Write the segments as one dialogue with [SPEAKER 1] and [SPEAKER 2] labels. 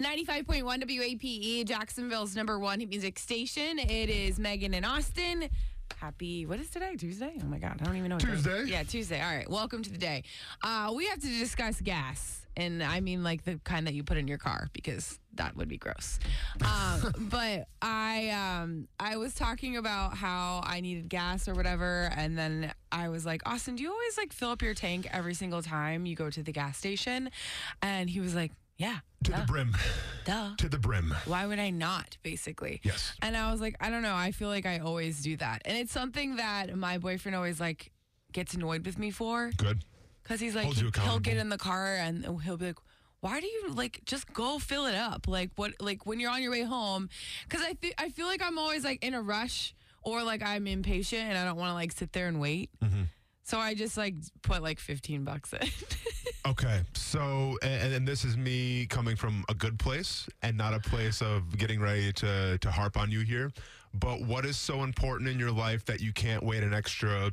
[SPEAKER 1] 95.1 WAPE, E, Jacksonville's number one hit music station. It is Megan and Austin. Happy, what is today? Tuesday? Oh my God, I don't even know. what day.
[SPEAKER 2] Tuesday.
[SPEAKER 1] Yeah, Tuesday. All right, welcome to the day. Uh, we have to discuss gas, and I mean like the kind that you put in your car because that would be gross. Um, but I, um, I was talking about how I needed gas or whatever, and then I was like, Austin, do you always like fill up your tank every single time you go to the gas station? And he was like, Yeah,
[SPEAKER 2] To the brim.
[SPEAKER 1] duh
[SPEAKER 2] To the brim.
[SPEAKER 1] why would I not, basically?
[SPEAKER 2] Yes.
[SPEAKER 1] And I was like, I don't know. I feel like I always do that. And it's something that my boyfriend always like gets annoyed with me for
[SPEAKER 2] Good.
[SPEAKER 1] because he's like,
[SPEAKER 2] Holds you
[SPEAKER 1] he'll get
[SPEAKER 2] accountable.
[SPEAKER 1] in the car and he'll be like, why do you like just go fill it up? Like what? Like when you're on your way home? Because I th- I feel like I'm always like in a rush or like I'm impatient and I don't want to like sit there and wait.
[SPEAKER 2] Mm-hmm.
[SPEAKER 1] So I just like put like 15 bucks in.
[SPEAKER 2] Okay. So, and, and this is me coming from a good place and not a place of getting ready to, to harp on you here. But what is so important in your life that you can't wait an extra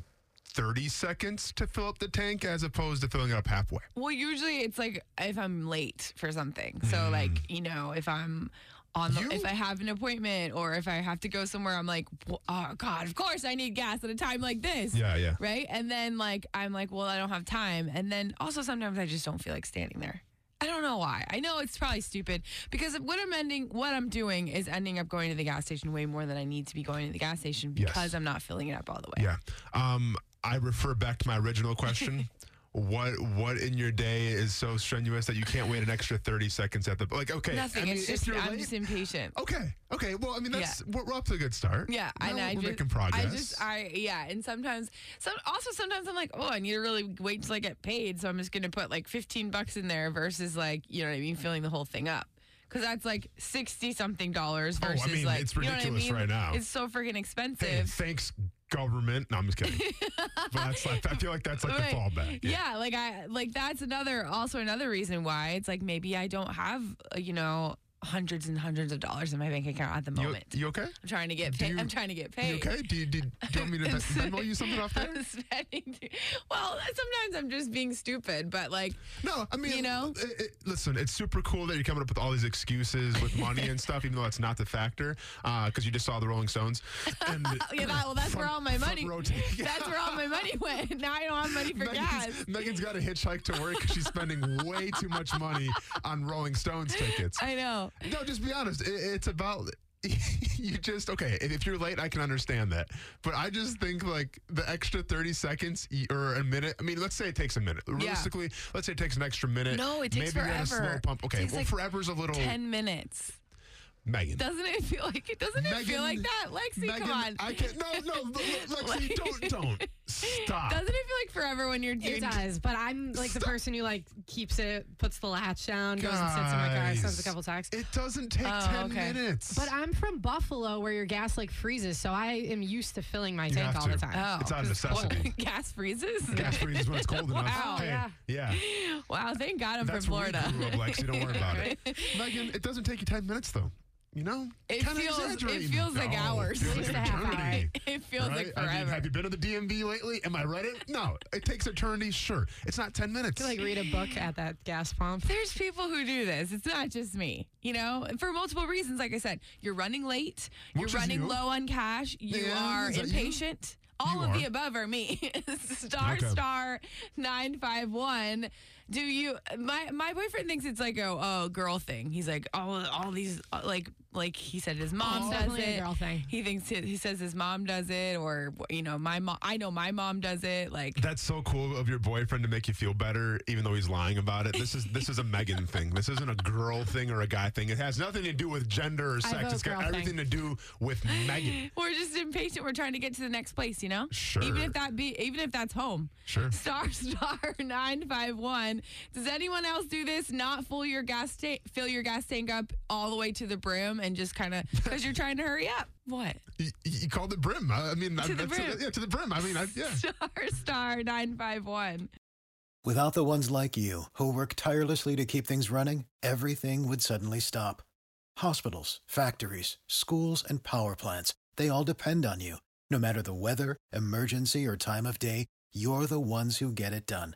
[SPEAKER 2] 30 seconds to fill up the tank as opposed to filling it up halfway?
[SPEAKER 1] Well, usually it's like if I'm late for something. So like, you know, if I'm on the,
[SPEAKER 2] Mm-hmm. You-
[SPEAKER 1] if I have an appointment or if I have to go somewhere, I'm like, "Wh- oh God, of course I need gas at a time like this.
[SPEAKER 2] Yeah, yeah.
[SPEAKER 1] Right. And then like, I'm like, well, I don't have time. And then also sometimes I just don't feel like standing there. I don't know why. I know it's probably stupid because what I'm ending, what I'm doing is ending up going to the gas station way more than I need to be going to the gas station
[SPEAKER 2] Yes.
[SPEAKER 1] because I'm not filling it up all the way.
[SPEAKER 2] Yeah. Um, I refer back to my original question. What what in your day is so strenuous that you can't wait an extra thirty seconds at the like? Okay,
[SPEAKER 1] Nothing.
[SPEAKER 2] I mean,
[SPEAKER 1] it's
[SPEAKER 2] if
[SPEAKER 1] just,
[SPEAKER 2] you're
[SPEAKER 1] I'm
[SPEAKER 2] late-
[SPEAKER 1] just impatient.
[SPEAKER 2] Okay. Okay. Well, I mean, that's we're, we're up to a good start.
[SPEAKER 1] Yeah,
[SPEAKER 2] Now
[SPEAKER 1] and
[SPEAKER 2] we're,
[SPEAKER 1] I
[SPEAKER 2] we're
[SPEAKER 1] just,
[SPEAKER 2] making progress.
[SPEAKER 1] I just, I yeah, and sometimes, some also sometimes I'm like, oh, I need to really wait till I get paid, so I'm just gonna put like 15 bucks in there versus like, you know what I mean, filling the whole thing up. Cause that's like sixty something dollars
[SPEAKER 2] Oh, I
[SPEAKER 1] versus
[SPEAKER 2] mean,
[SPEAKER 1] like
[SPEAKER 2] it's
[SPEAKER 1] you know what I
[SPEAKER 2] ridiculous
[SPEAKER 1] mean?
[SPEAKER 2] right now.
[SPEAKER 1] It's so freaking
[SPEAKER 2] Hey,
[SPEAKER 1] expensive.
[SPEAKER 2] thanks, government. No, I'm just kidding. but that's like, I feel like that's like
[SPEAKER 1] Right.
[SPEAKER 2] the fallback.
[SPEAKER 1] Yeah. like I like that's another also another reason why it's like maybe I don't have uh, you know hundreds and hundreds of dollars in my bank account at the
[SPEAKER 2] You,
[SPEAKER 1] moment.
[SPEAKER 2] you okay?
[SPEAKER 1] I'm trying to get
[SPEAKER 2] do
[SPEAKER 1] paid.
[SPEAKER 2] you-
[SPEAKER 1] I'm trying to get paid.
[SPEAKER 2] You okay? Do you, do, you- do you want me to
[SPEAKER 1] I'm
[SPEAKER 2] Ven- Venmo you something off there?
[SPEAKER 1] I'm spending too- well, sometimes I'm just being stupid, but like,
[SPEAKER 2] No, I mean,
[SPEAKER 1] You know?
[SPEAKER 2] it- it- listen, it's super cool that you're coming up with all these excuses with money and stuff, even though that's not the factor, because you just saw the Rolling Stones. And
[SPEAKER 1] you know, well, that's where all my
[SPEAKER 2] front
[SPEAKER 1] money.
[SPEAKER 2] row ticket.
[SPEAKER 1] That's where all my money went. Now I don't have money for gas.
[SPEAKER 2] Megan's, Megan's got a hitchhike to work. 'cause She's spending way too much money on Rolling Stones tickets.
[SPEAKER 1] I know.
[SPEAKER 2] No, just be honest. It, it's about you just okay. If, if you're late, I can understand that. But I just think like the extra 30 seconds y- or a minute. I mean, let's say it takes a minute. Realistically, let's say it takes an extra minute.
[SPEAKER 1] No, it takes
[SPEAKER 2] Maybe you're at a
[SPEAKER 1] forever.
[SPEAKER 2] slow pump.
[SPEAKER 1] It
[SPEAKER 2] Okay,
[SPEAKER 1] takes,
[SPEAKER 2] well,
[SPEAKER 1] like,
[SPEAKER 2] forever's a little.
[SPEAKER 1] Ten minutes.
[SPEAKER 2] Megan.
[SPEAKER 1] Doesn't it feel like it? Doesn't it feel like
[SPEAKER 2] Megan-
[SPEAKER 1] that, Lexi?
[SPEAKER 2] Megan,
[SPEAKER 1] come on.
[SPEAKER 2] I can't. No, no, Le- Le- Lexi,
[SPEAKER 1] Like-
[SPEAKER 2] don't, don't stop.
[SPEAKER 1] Doesn't it feel like forever when you're
[SPEAKER 3] It
[SPEAKER 1] doing?
[SPEAKER 3] does, but I'm like the
[SPEAKER 2] Stop.
[SPEAKER 3] person who like keeps it, puts the latch down, goes and sits in my car,
[SPEAKER 2] Guys,
[SPEAKER 3] sends a couple texts.
[SPEAKER 2] It doesn't take
[SPEAKER 1] Oh,
[SPEAKER 2] 10
[SPEAKER 1] okay.
[SPEAKER 2] minutes.
[SPEAKER 3] But I'm from Buffalo, where your gas like freezes, so I am used to filling my tank
[SPEAKER 2] have
[SPEAKER 3] all
[SPEAKER 2] to.
[SPEAKER 3] the time.
[SPEAKER 1] Oh,
[SPEAKER 2] It's out of
[SPEAKER 1] just cold.
[SPEAKER 2] necessity.
[SPEAKER 1] Gas freezes.
[SPEAKER 2] Gas freezes when it's cold enough.
[SPEAKER 1] Wow.
[SPEAKER 2] Hey,
[SPEAKER 3] Yeah.
[SPEAKER 2] yeah.
[SPEAKER 1] Wow, thank God I'm
[SPEAKER 2] That's
[SPEAKER 1] from
[SPEAKER 2] where we
[SPEAKER 1] Florida.
[SPEAKER 2] grew up, Lexi. Don't worry about it. Megan, it doesn't take you 10 minutes, though. You know?
[SPEAKER 1] It
[SPEAKER 2] Kinda
[SPEAKER 1] feels- it
[SPEAKER 2] exaggerating.
[SPEAKER 1] feels like
[SPEAKER 2] No,
[SPEAKER 1] hours.
[SPEAKER 2] It feels
[SPEAKER 3] Just
[SPEAKER 2] like
[SPEAKER 3] a half hour.
[SPEAKER 2] eternity.
[SPEAKER 1] It feels
[SPEAKER 2] right?
[SPEAKER 1] like
[SPEAKER 2] I mean,
[SPEAKER 1] forever.
[SPEAKER 2] have you been to the DMV lately? Am I right? It- No, it takes eternity. Sure, it's not ten minutes.
[SPEAKER 3] You like read a book at that gas pump.
[SPEAKER 1] there's people who do this. It's not just me, you know, and for multiple reasons. Like I said, you're running late,
[SPEAKER 2] Which
[SPEAKER 1] you're
[SPEAKER 2] is
[SPEAKER 1] running
[SPEAKER 2] you.
[SPEAKER 1] low on cash, you
[SPEAKER 2] Yeah,
[SPEAKER 1] are
[SPEAKER 2] is that you?
[SPEAKER 1] impatient. All
[SPEAKER 2] You
[SPEAKER 1] of the
[SPEAKER 2] are.
[SPEAKER 1] above are me. star
[SPEAKER 2] Okay.
[SPEAKER 1] star nine five one. Do you? My my boyfriend thinks it's like a oh girl thing. He's like oh, all these uh, like like he said his mom does
[SPEAKER 3] It's Oh, definitely
[SPEAKER 1] it.
[SPEAKER 3] a girl thing.
[SPEAKER 1] He thinks he, he says his mom does it, or you know my mom. I know my mom does it. Like
[SPEAKER 2] That's so cool of your boyfriend to make you feel better, even though he's lying about it. This is this is a Megan thing. This isn't a girl thing or a guy thing. It has nothing to do with gender or sex.
[SPEAKER 3] vote
[SPEAKER 2] It's got
[SPEAKER 3] girl thing.
[SPEAKER 2] everything to do with Megan.
[SPEAKER 1] We're just impatient. We're trying to get to the next place, you know.
[SPEAKER 2] Sure.
[SPEAKER 1] Even if that be, even if that's home.
[SPEAKER 2] Sure.
[SPEAKER 1] Star star nine five one. on. Does anyone else do this? Not fill your gas tank, fill your gas tank up all the way to the brim, and just kind of because you're trying to hurry up. What?
[SPEAKER 2] You, you called it brim. I I mean, I,
[SPEAKER 1] To the
[SPEAKER 2] that's-
[SPEAKER 1] brim.
[SPEAKER 2] yeah, to the brim. I mean, I, yeah.
[SPEAKER 1] Star star nine five one.
[SPEAKER 4] Without the ones like you, who work tirelessly to keep things running, everything would suddenly stop. Hospitals, factories, schools, and power plants, they all depend on you. No matter the weather, emergency, or time of day, you're the ones who get it done.